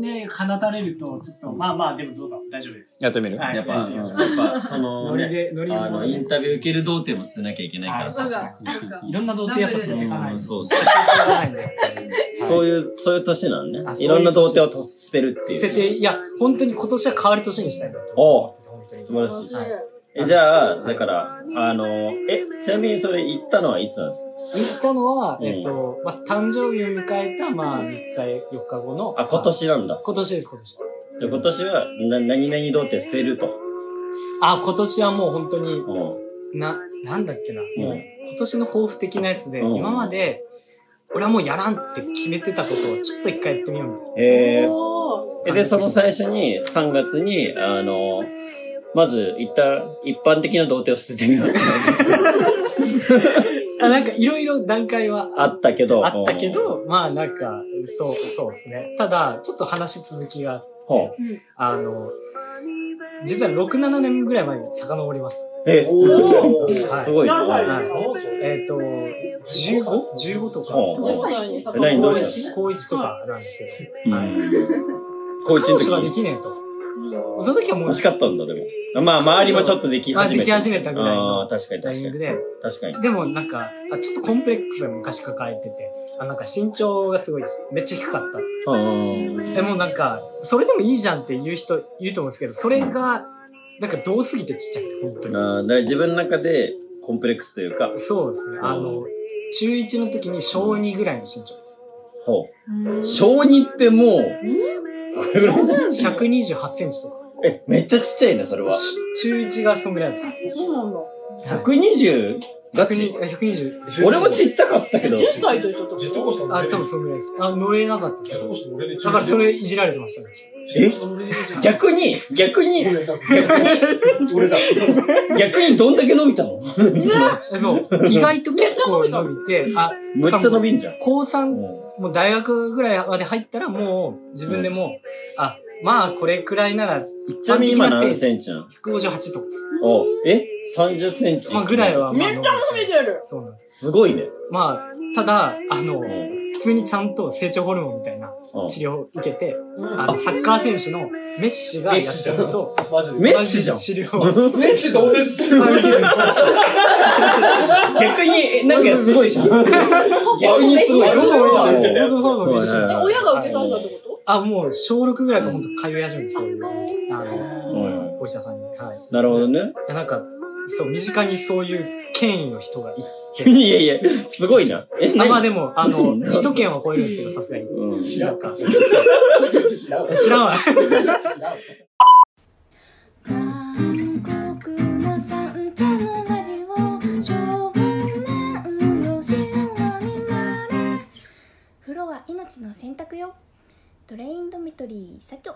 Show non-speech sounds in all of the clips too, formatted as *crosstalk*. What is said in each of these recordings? で放たれると、ちょっと、まあまあ、でもどうだろう大丈夫です。やってみるはいやっぱ、うんやっぱ、その、ノリね、で、ノリあの、インも。タビュー受ける童貞も捨てなきゃいけないからはさ。いいろんな童貞やっぱ捨てていかなういんと。そう捨そうてていかないんだよそういう、そういう年なんねあ。そういい年うろんな童貞をと捨てるって捨ていう。て、いや、本当に今年は変わる年にしたいなとおう本当に素晴らしい。はいえ、じゃあ、だから、あの、え、ちなみにそれ行ったのはいつなんですか行ったのは、うんえっと、まあ、誕生日を迎えた、まあ、3日、4日後の。あ、今ま年なんだあ。今年です、今年。で今年は、な、何々童貞捨てると。あ、今年はもう本当に、うん。な、なんだっけな。うんもう、今年の抱負的なやつで、うん今まで、俺はもうやらんって決めてたことをちょっと一回やってみようみたいな。えーおえ、で、その最初に、3月に、あの、まず、一旦、一般的な童貞を捨ててみようってあなんかいろいろ段階はあったけど。あったけど、まあなんか、そう、そうですね。ただ、ちょっと話続きが、うん、ほあの、実は6、7年ぐらい前に遡ります。うえ、おーはいすごいね。何歳はいえっ、と、15?15 とか。ほう5歳にさえ何ど高うした一高一とかなんですけど。うん。高一彼の女がで時きねえと。うその時はもう欲し、かったんだ、でも。まあ、周りもちょっとできまあ、始でめきた。あ始めたぐらいあー、の確かにタイ確ミかンにグ。で、確かに。でもなんか、あちょっとコンプレックスが昔抱えてて、あなんか身長がすごい、めっちゃ低かった。うん。でもなんか、それでもいいじゃんって言う人、言うと思うんですけど、それが、なんか遠すぎてちっちゃくて、本当に。あーだから自分の中でコンプレックスというか、そうですね。あの、中1の時に小2ぐらいの身長。ほんう。小児ってもう、これぐらいじゃん128センチとか。え、めっちゃちっちゃいね、それは。中1がそんぐらいだっそうなんだ。た。 120? はガい120チ120。俺もちっちゃかったけど。 10歳と人とジェットコースター乗あ、れ多分そんぐらいです。あ、乗れなかったでジェすットコースター乗れねえだからそれいじられてましたね。ジェットコースター乗れねえじゃん逆に、逆に、俺だ。逆にどんだけ伸びたのえ *laughs* そう。意外と結構伸びて、あ、めっちゃ伸びんじゃん。高う3、んもう大学ぐらいまで入ったらもう自分でもう、あ、まあこれくらいなら一ちなみに今何ンチセンチなの ?158 とかです。おえ ?30 センチ。まあぐらいは。まあめっちゃ伸びてる。そうなんです。すごいね。まあ、ただ、あのう、ん普通にちゃんと成長ホルモンみたいなうん治療を受けて、あマの、サッカー選手のメッシがやってると、ジで。メッシじゃん。治療をメッシ同です。受けるんです *laughs* 逆に、えなんかすごいじゃん。逆にすごい。ほぼメッシうん僕の方のメッシはいはいえ、はい親が受けさせたってこあ、もう小6ぐらいからほんと通い始めて、そういう、あうんの、お医者さんに。はい。なるほどね。いや、なんか、そう、身近にそういう権威の人がいて。いやいや、すごいな。 *laughs* え、あまあ何でも、あの、何一件は超えるんですけど、さすがに。うん知らんか。知らんわ。知らんわ。知らんわ韓国な三茶のラジオ少年よ神話になれ風呂は命の洗濯よトレインドミトリー左京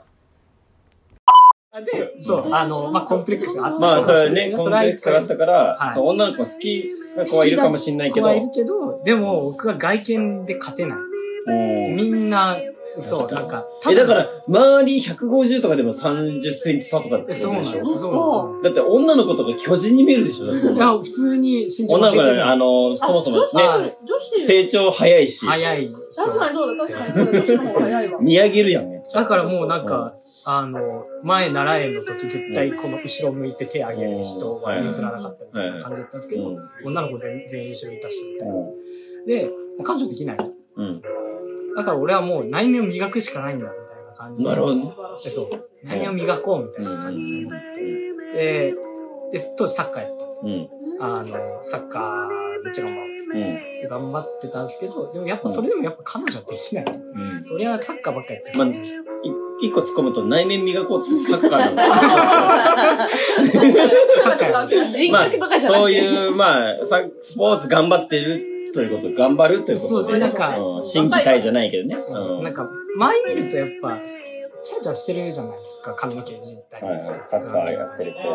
で、そう、あの、まあ、コンプレックスがあって。まあ、それはうね、ですコンプレックスがあったかはら、いそう女の子好きな子はいるかもしんない子けど、はいるけど、でも、僕は外見で勝てない。うんみんな、そう、確かになんか、え、だから、周り150とかでも30センチ差とかってえこそとうなんでですしよ。ょそうなんでだって女の子とか巨人に見えるでしょだ *laughs* ってすよ。いや、普通に身長女の子出ては、ある。の、とそもそもね女、子より女子より成長早いし、早い人。確かにそうだ、確かにそうだ。女子の方が早いわ。見上げるやん、めっちゃ。だからもうなんか、あの、前習えの時絶対この後ろ向いて手上げる人は譲らなかったみたいな感じだったんですけうど、ん女の子全全員後ろにいたし、みたいな。うで、彼女できない。ん。だから俺はもう内面を磨くしかないんだ、みたいな感じで。なるほどね。でそう。内面を磨こう、みたいな感じで思って。で、で当時サッカーやってうん。あの、サッカーめっちゃ頑張ろうっつっうん。て頑張ってたんですけど、でもやっぱそれでもやっぱ彼女はできない。うん。そりゃサッカーばっかやってる。まあ、い一個突っ込むと内面磨こうっつってサッカ *laughs* ーの。人まあ格とかじゃなそうくて、いう、まあ、サスポーツ頑張ってるということ、頑張るということ。そう、なんか、うん新規体じゃないけどね。そううんなんか、前見るとやっぱ、チャラチャラしてるじゃないですか、髪の毛いじったりはいはいサッカーやってる子そうそ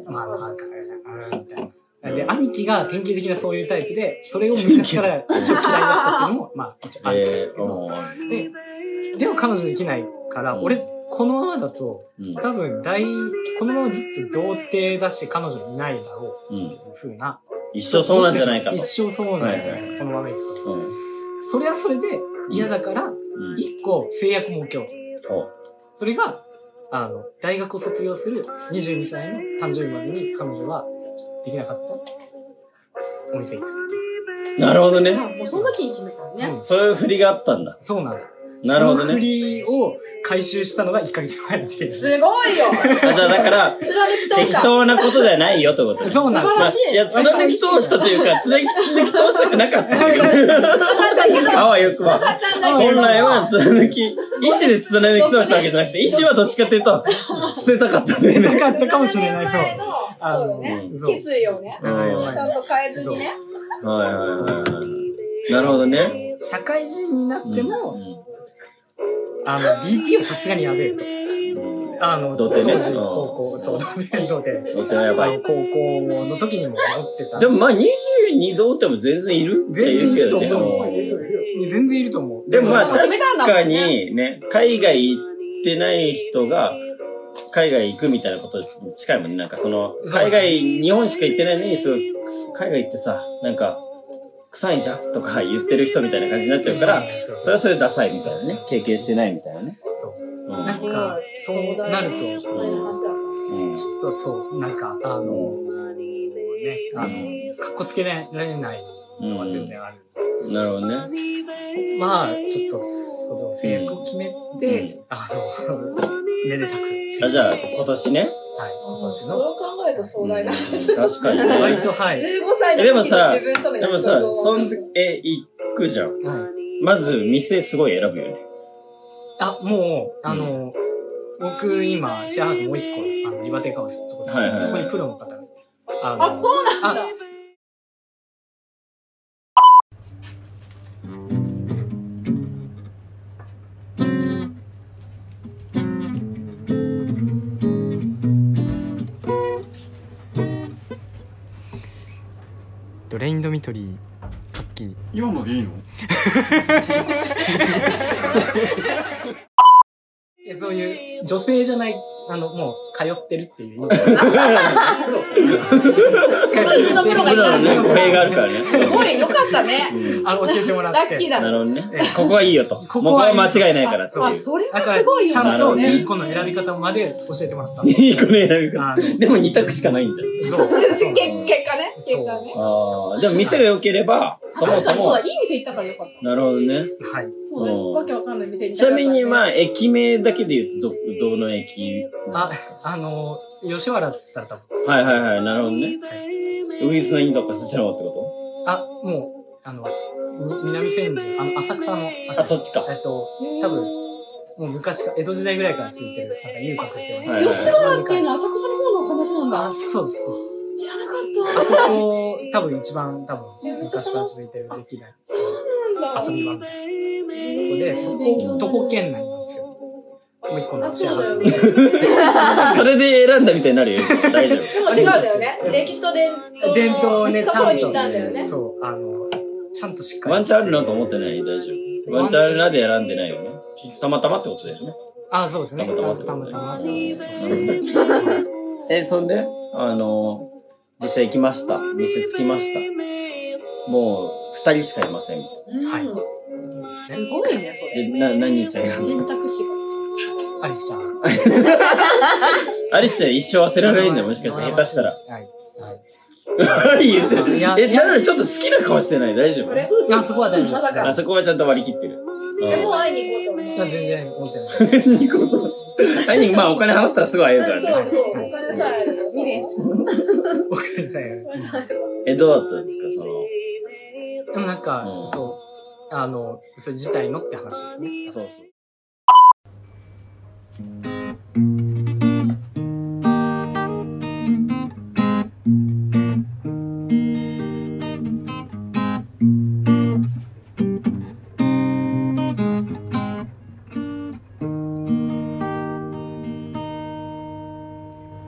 うそうまあ、なんか、うん、みたいな。で、兄貴が典型的なそういうタイプで、それを昔から一応嫌いだったっていうのも、まあ、一応あるんですえけーど、で、うでも彼女できないから、うん俺、このままだと、ん多分、大、このままずっと童貞だし、彼女いないだろううんっていう風な一生そうなんじゃないかと一。生そうなんじゃないか、このままいくと。うん。それはそれで嫌だから、うん。一個制約も受けよう。おそれが、あの、大学を卒業する22歳の誕生日までに彼女はできなかったお店行くっていう。なるほどね。あもうその時に決めたのね。そういう振りがあったんだ。そうなんです。なるほどその振ね。りを回収したのが1ヶ月前で。すごいよあ、じゃあだ *laughs* から、貫き通適した。素当なことじゃないよってことね。そうなんで晴らしまあい。いや、貫き通したというか、貫き通したく *laughs* なか *laughs* った。あわよくば。本来は貫き、意思で貫き通したわけじゃなくて、意思はどっちかっていうと、捨てたかったんだよす。ね。なかったかもしれない。そう。あそう。そうだね。のそう。決意をね、うんちゃんと変えずにね。はいはいはいはい。なるほどね。社会人になっても、うんあの、DT はさすがにやべえと。うんあの、童当貞ね時、高校、そう、童貞、童貞。とてもやばあい。の高校の時にも思ってた。でもまあ22どうでも全然いるっちゃいるけど全然いるね。と思うう全然いると思う。でもまあでも確決めたんだかもんねにね、海外行ってない人が、海外行くみたいなことに近いもんね。なんかその、海外、日本しか行ってないのに、すごい、海外行ってさ、なんか、臭いじゃんとか言ってる人みたいな感じになっちゃうから、そうそれはそれでダサいみたいなね。経験してないみたいなね。うなんんか、そうなると、ちょうんっとそう、なんか、あの、ね、あの、かっこつけられないのは全然ある。なるほどね。まあ、ちょっと、その制約を決めて、あの、めでたく。あじゃあ、今年ね。はい、今年それの。を考えると壮大な話だ。確かに割ね。と、はい。 15歳の時の自分とので約も束さ、をそんえ、行くじゃん。はいまず、店すごい選ぶよね。あ、もう、あの、僕今、シェアハウスもう一個、あの、リバテイカウスってとこで、はいはいはいそこにプロの方がいて。ああ、そうなんだあ。ドレインドミトリー、カッキー。今のでいいのえそういう、女性じゃない、あの、もう、通ってるっていう意味で。うちのプロがプいロたのんね、だ語弊があるからね。すごい、よかっ *laughs* たね。うんあの、教えてもらっラて。ッキーなだるね。ほどね。ここはいいよと。ここここはいはい間違いないからっていあ、う。それだがかすら、ごいちよゃんと、ね。いい子の選び方まで教えてもらった。いい子の選び方。あの、でも二択しかないんじゃん。 *laughs* そう。結そう結果ね。結果ね。ああ。でも店が良ければ、そも確かそにそうもだ、。いい店行ったからよかった。なるほどね。はい。そうだ、うんわけわかんない店行っちたなから、みに、まあ、あ、駅名だけで言うと、ど、どの駅あ、あの、吉原って言ったら多分、はいはいはい、なるほどね。ウイスナインとかそっちの方ってこあ、もう、あの、に南千住、あの、浅草の、とあ、そっちか。えっと、多分もう昔か、江戸時代ぐらいからついてる、なんか遊郭って言われてはいる。吉原っていうのは浅草の方の話なんあ、だ。そうそう。知らなかっあそこ、多分一番、多いや分、めっちゃ昔そかのら続いてる、できない。た。なんだ。遊び場みたいなとこで、そこ、徒歩圏内なんですよ。もう一個のあ、シェアそうハだよウね。それで選んだみたいになるよ。大丈夫。でも違うんだよね。歴史と伝統ス。*laughs* の伝統をね、ちとこゃろんに行とったんだよね。ね、そう、あの、ちゃんとしっかり。ワンチャンあるなと思ってない大丈夫。ワンチャンあるなで選んでないよね。たまたまってことでしょあ、そうですね。たたまたままってことたまたま。え、そんであの、実際行きました。店着きました。もう、二人しかいません。みたいはいうんすごいね、それ。な。で、な、何ちゃんが選択肢アリスちゃん。アリスちゃん一生忘れられないんじゃん、もしかして。下手したら。 *laughs* はい。はい。言うていやる。え、なんだちょっと好きな顔してない大丈が。夫あれあ、そこは大丈ま夫。さかあそこはちゃんと割り切ってる。でも会いに行こうと思全う。然思ってない。 *laughs* 何事何まあお金払ったらすぐ会えるからそうね。そう。お金さえあれば。いいです。わかりたいよ。え、どうだったんですかその、でもなんかうん、そう、あの、それ自体のって話ですね。そうそう。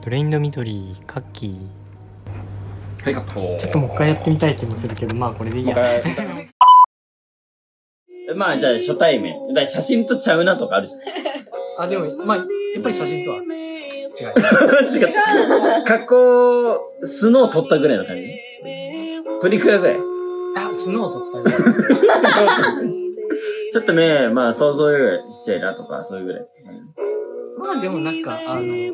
トレインドミトリー、カッキー。はい、カット。ちょっともう一回やってみたい気もするけど、まあこれでいいや。まあじゃあ初対面。だから写真とちゃうなとかあるじゃん。あ、でも、まあ、やっぱり写真とは違います。 *laughs* 違う。加工、スノー撮ったぐらいの感じプリクラぐ *laughs* らい。あ、スノー撮ったぐらい。ちょっとね、まあ想像よりしちゃいなとか、そういうぐらい。まあでもなんか、あの、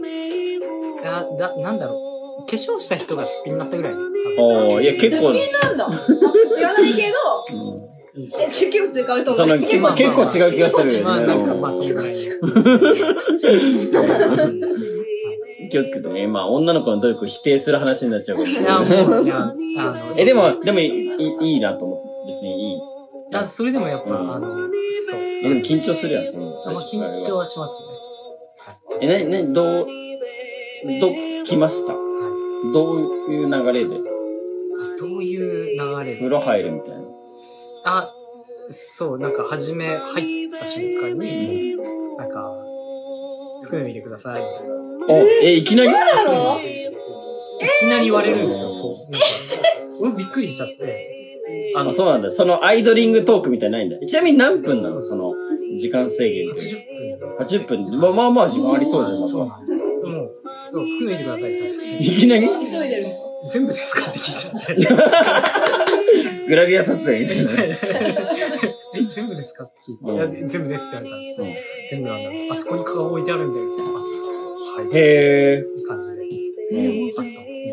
だ、だ、なんだろう。化粧した人がすっぴんになったぐらいの。多おー、いや結構、すっぴんなんだ。あ知らない *laughs* けうど、分いいでしょえ結局違うとん、そ思のう。結まあま構あ結構違う気がするまあなんか、よまあね。そんぐらい。気をつけてね。まあ女の子の努力を否定する話になっちゃうかいや、ら。もう、いや、あの、 *laughs* え、でも、でもいいいいなと思う。別にいい。あ、それでもやっぱ、うんあの、そう。でも緊張するやん、そのあん最ま初から緊張はしますね。はい。え、な、な、どう、ど、来ましたはどういう流れでいあどういう流れ風で呂入るみたいな。あ、そう、なんか、初め入った瞬間に、なんか、服脱いでください、みたいな。お、え、いきなりそうのなんですよいきなり言われるんですよ。そう。なんか、俺もびっくりしちゃって。ああの、そうなんだ。そのアイドリングトークみたいなのないんだ。ちなみに何分なのその、時間制限って。 80分。 80分。まあまあまあ時間ありそうじゃん。そうまなんです。もう、そう服脱いでくださいって言わあれいて。きなり一人で全部ですかって聞いちゃって。グラビア撮影みたいえ、な。全部ですかって聞いて。いや、全部ですって言われたんうんです全部なんだ。あそこに顔置いてあるんだよ、みたいな。あはい。へえ。って感じで。うんあっ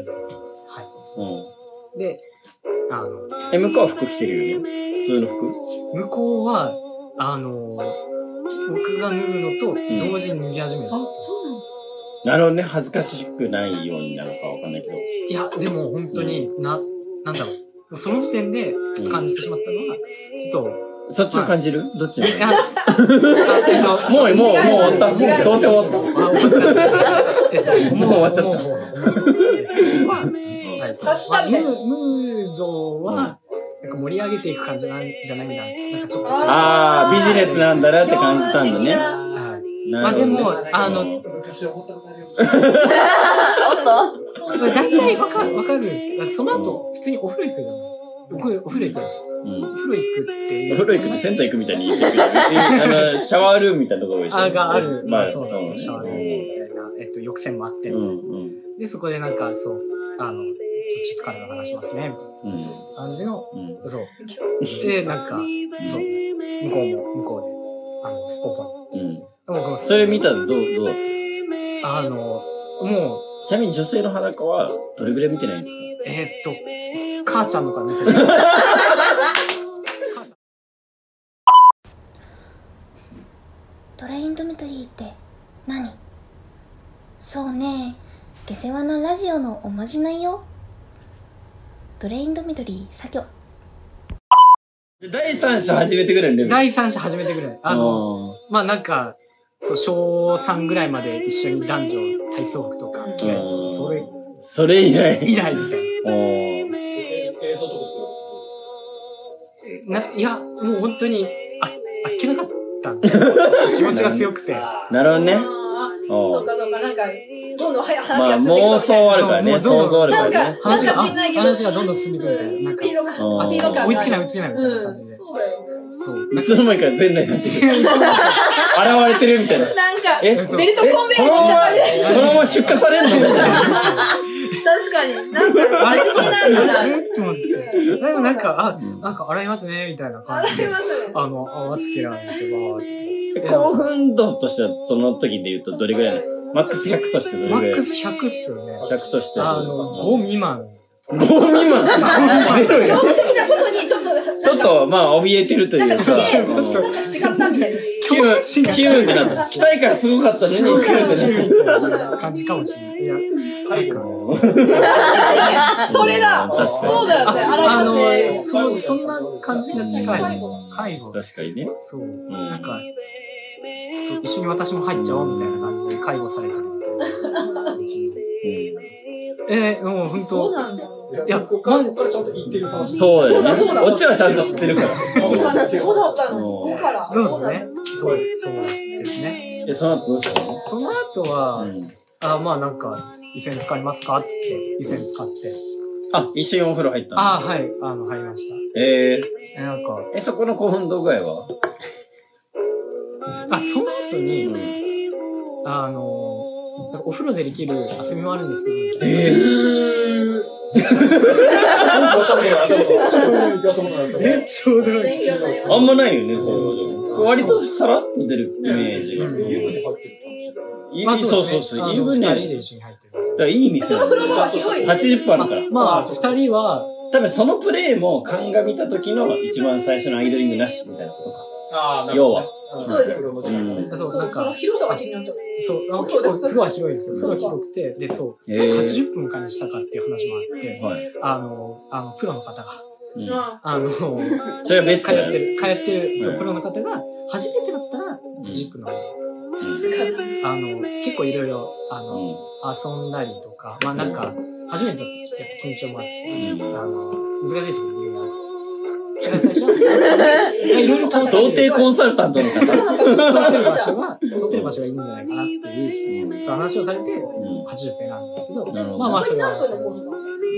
た。はうん。い。で、あの、え、向こうは服着てるよね。普通の服向こうは、あの、僕が脱ぐのと同時に脱ぎ始めた。なるほどね。恥ずかしくないようになるかわかんないけど。いや、でも本当にな、なんだろう。その時点で、ちょっと感じてしまったのは、ちょっそっちを感じるどっちと、のいや、あえっともう、もう、もう終わった。もう、違うどうせ終わった。あ終わったえっともう終わっちゃったもうもうもううんはい察したみたいなまあムームードは、なんか盛り上げていく感じなんじゃないんだ。なんかちょっと。あああ、ビジネスなんだなって感じたんだね。はいまなあるでほどねも、あの、大体わかわかるんですけど、なんかその後、普通にお風呂行くじゃない。僕、お風呂行くんですよ。うんお風呂行くっていう。お風呂行くって銭湯行くみたいに *laughs* 言ってるけど、別にあの、シャワールームみたいなところでしょ。あがある。ままあ、あそそううだなんですよ。シャワールーね。ムみたいな、えっと、浴船もあってうみたいんな。、うん、で、そこでなんか、そう、あの、ちょっと体流しますね、みたいうん、な感じの、うん。そう。で、なんか、そう、向こうも、向こうで、あの、スポポうん。ン。もうそれ見たらどう、どうあの、もう、ちなみに女性の裸はどれぐらい見てないんですえーっと、母ちゃんのから見てる。トレインドミトリーって何そうね下世話なラジオのおまじないよトレインドミトリー作業か第三者初めてぐらいのレベル。第三者初めてぐらい。あの、の、まあなんか、そう、小3ぐらいまで一緒に男女体操服とか着替えてうんそれそれ以来。以来みたいおーな。ないや、もう本当に、あ、あっけなかったんですよ。 *laughs* 気持ちが強くて。なるほどね。そおうーかそうか、なんか、どんどん話まあ、が進んでいく妄想あるからね。もうど想う像あるからなねんか。話が、あ知んないけど話がどんどん進んでいくみたいな。なんスかピー、ドが、スうんピード感が。追いつけない追いつけないみたいな感じうでん。。そうだよねそう。いつの間にか全裸になってる。現れてるみたいな。なんか、え、そうベルトコンベヤえーにこ乗のっちまゃまったみたいな。このまま出荷されるのみたいな。確かに。なんか、あれできないから。あれって思って。でもなんか、うんあ、なんか洗いますね、みたいなあ感じれで。ますね。あの、泡つけられて、わーって。興奮度としては、その時で言うとどれぐらいなのマックス100としてどれマぐらッいクス100っすよね。 ?100 としてあはの、ど5未満。れぐらい。5未満ゼロ基よ。本的なことにちょっと、なんかちょっと、まあ、怯えてるというか、なんかそうそうそううんなんか違ったみたいな。キュン、キュンってなった。期待感すごかったのに、キュンってなっちゃっ感じかもしれない。いや、なんか、それだ確かにそうだよね。あ洗いますねの、そう、そんな感じが近い。介護た。。確かにね。そう。なんか、そう一緒に私も入っちゃおうみたいな感じで介護されたみたいな感じで。えー、もう本そ当うなんだ。いや、ここから、こまこからちゃんと言ってるうん話。そうだよそうだそうね。だオチはちゃんと知ってるから。いい感じ。そうだったの。うん5から。どうだぞったねの。。そう、そうですね。え、その後どうしたのその後は、うんあ、まあなんか、湯煎使いますかつって、湯煎使って。あ、一緒にお風呂入ったのあ、はい、あの、入りました。ええ、なんか、ーえ、そこの興奮度具合はあ、その後うに、ん。あの、なんかお風呂でできる遊びもあるんですけど、えーめっちゃ驚い勉強になりまあんまないよね、そういうの。割とさらっと出るイメージが。うんいいた。まあそうそうですそう。ねあイーのブン二ね、人でだ一緒に入ってる。からいい店だそのフロアは広いね80%あるから。まあ、二人は、多分そのプレイも鑑みた時の一番最初のアイドリングなしみたいなことか。要は。そうですうんす。そうそうなんかその広さが気になっちゃう。そう、あの結構風呂は広いですよ。風呂広くて、で、そう、へー80分間にしたかっていう話もあって、はい。あの、あの、プロの方が、うんああの、通それがベスっトだよてね。る、通ってる、そううんプロの方が、初めてだったら、ん80分の、あさすがだ。あの、結構いろいろ、あうの、ん遊んだりとか、まあなんか、初めてだったらちょっとやっぱ緊張もあって、あの、難しいところもいろいろあるんですよ。だから最初は、いろいろ通 *laughs* 童ってる貞コンサルタントの方。通ってる場所が、通ってる場所がいいんじゃないかなっていう話をされて、うん80分選んだんですけど、なるほどまあまあこそれれ何分のは。コーナ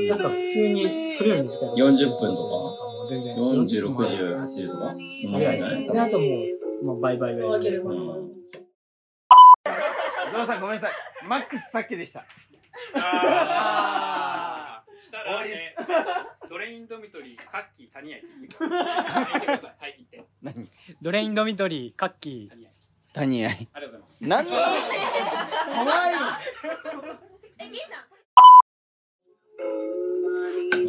なんか普通に、それより短い。 40分とかもう全然。 40、 40分もある60、80とか。そんなぐもんじゃらいですないね。で、あともう、もうバイバイぐらい。ー分ける *laughs* もの。ゾウさんごめんなさい。マックスさっきでした。あーした終わら、りでね、ドレインドミトリー、カッキー、谷合って言ってください。はい、行ってください。はい、行って。ドレインドミ *laughs* トリー、カッキ谷合。ー。谷合。ありがとうございます。何怖いうん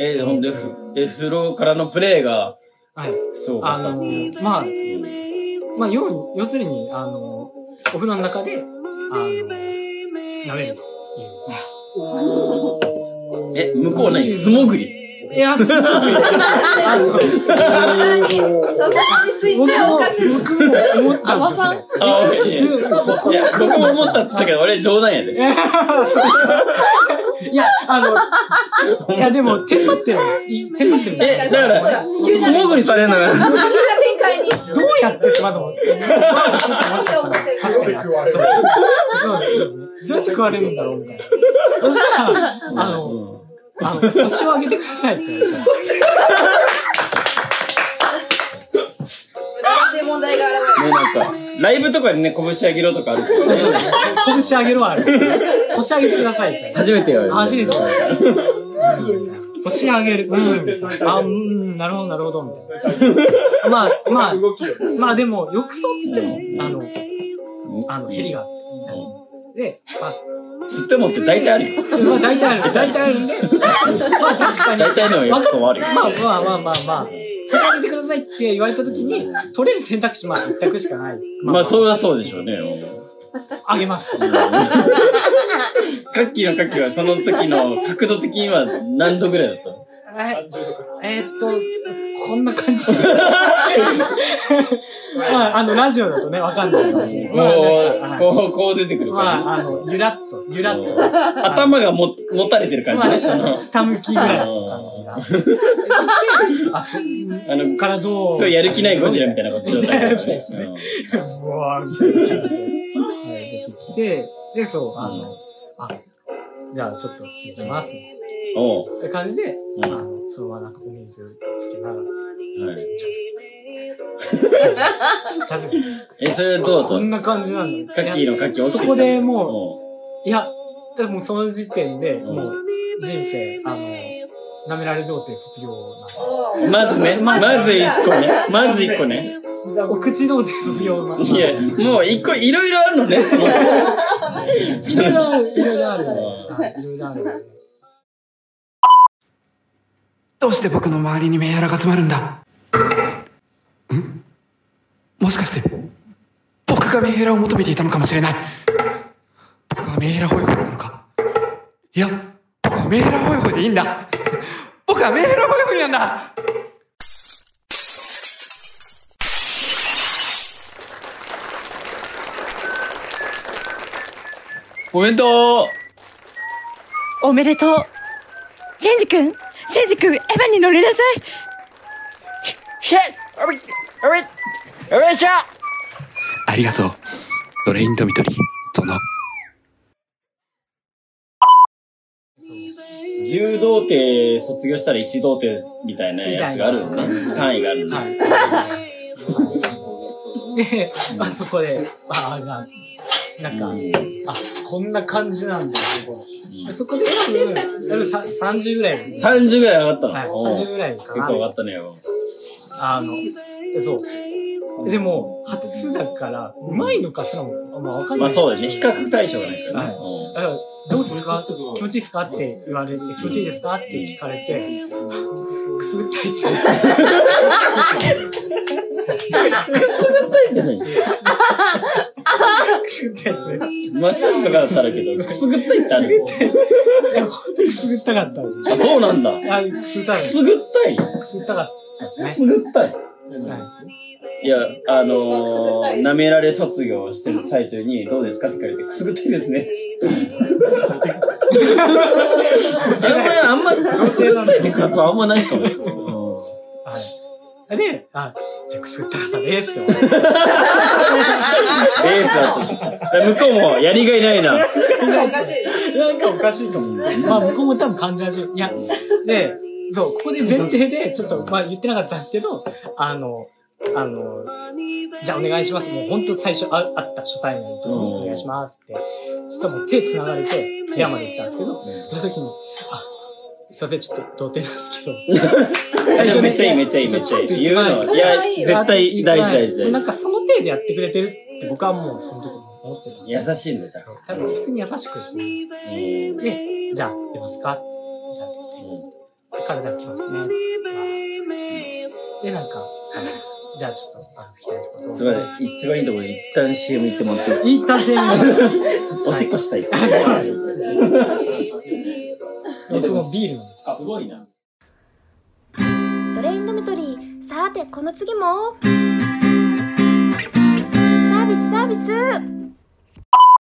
え、ほんで、え、フローからのプレイが、はい。そうあかったっのていう。、まあ、うんまあ、要要するに、あの、お風呂の中で、あの、舐めるといえ、向こう何素潜 *laughs* りう。いや、僕 *laughs* さすがにスイッチはおもかしい。、僕も思ったんですよ。あ、俺、いやすごいいや、僕も思ったっつったけど、俺冗談やで。いや、あの、いや、でも、テンパってる。いテンパってるんですえ、だから、急な素潜りされんの急な。な展開に。どうやってってまだ思って。何が起こってる確かに。そうどうやって食われるんだろうみたいな。そしたら、あの、うんあの、腰を上げてくださいって言われて。難しい問題がある。ね、なんか、ライブとかにね、拳上げろとかあるけど、拳上げろはある。腰上げてくださいって。初めてやる。初めて言われた。腰上げる。うんみたいな。あ、うん、なるほど、なるほど、みたいな。まあ、まあ、まあでも、浴槽っつっても、あの、あの、ヘリがあって。で、まあ、つってもって大体あるよ。まあ大体ある、大体あるんで、まあ確かに、大体のやつもあるよ。まあまあまあまあまあ、腰上げてくださいって言われたときに、取れる選択肢、まあ一択しかない。 *laughs* まあ、それはそうでしょうね。あげます。カッキーのカッキーはその時の角度的には何度ぐらいだったのえーっと、こんな感 *laughs* じ。まあ、あの、ラジオだとね、わかんないかもしれない。まあ、なんか、はいこう、こう、こう出てくるまあ、感あの、ゆらっと、ゆじ。らっと。うん頭がも、持たれてる感まあ、じ。あのし下向きぐらいの感じが。あ、そあのこっからどうそうやる気ないゴジラみたいなこと状態だったみねたいなうわーみたいな感じで、はい、出てきて、で、そう、あの、あ、じゃあちょっと失礼します、みたいうんおうな感じで、うあんの、そのままなんかお水つけながら、はいちゃぶりえ、それはどうこぞん。な感じなんだカッキーのカッキー起きてきたそこでもおうう、いや、でもその時点で、うんもう、人生、あの、舐められ童貞卒業なんでまずね、まず一個ね。まず一個ね。お口童貞卒業なんいや、もう一個、いろいろあるのね。いろいろある、いろいろある。はいいろいろある。どうして僕の周りにメンヘラが集まるんだんもしかして、僕がメンヘラを求めていたのかもしれない。僕はメンヘラホイホイなのか。いや、僕はメンヘラホイホイでいいんだ。僕はメンヘラホイホイなんだおめでとうおめでとう。シェンジ君シェンジ君エヴァに乗りなさい。シェッおめおめおめでとうありがとう。ドレインドミトリー、殿。柔道帝卒業したら一童貞みたいなやつがあるんだね。単位があるんだね。はい。 *laughs* で、あそこで、ああ、ななんか、うんあ、こんな感じなんだよ、ここあそこで多分、さ30ぐらい。 30ぐらい上がったの。はい、おう30ぐらいか結構上がな。ったね。おうあの、そう。でも、初だから、うまいのかすらも、あんまわかんまない。あそうだね。比較対象がないからね。はおうだからどうですか気持ちいいですかって言われて、気持ちいいですかって聞かれて、くすぐったいって。くすぐったいってね。マッサージとかだったらけど、くすぐったいってある。いや、本当にくすぐったかった。あ、そうなんだ。あ、くすぐったくかった。すぐったいくすぐったかったくですすね。ぐったいはいや、あくすぐっのたー、い舐められ卒業してる最中に、どうですかって聞かれて、くすぐったいですね。あんま、あんま、くすぐったいって感想あんまないかも。い。で、あ、じゃあくすぐったかったですって思って。ベースだった。向こうも、やりがいないな。おかしい。なんかおかしいかも。まあ、向こうも多分感じ始め、いや、で、そう、ここで前提で、ちょっと、まあ言ってなかったんですけど、あの、あの、じゃあお願いします。もう本当最初あ会った初対面の時にお願いしますって、実はもう手繋がれて部屋まで行ったんですけど、その時に、あ、すいません、ちょっと童貞なんですけど。最初ねめっちゃいい、めっちゃいい、めっちゃいい。言うのは、そいれやはいい、よ絶対大事、大事、な大んかその手でやってくれてるって僕はもうその時思ってた。事。優しいんだ、じゃあ。多分普通に優しくして、ね、じゃあ出ますかじゃあ出て、体きますね。で、なんか、あのじゃあちょっと、あの、行きたいところすごい、一番いいところに一旦 CM 行ってもらっていいですいったし、かおしっこしたいって。僕もビール飲んで。あ、すごいな。ドレインドミトリーさてこの次もサービスサービス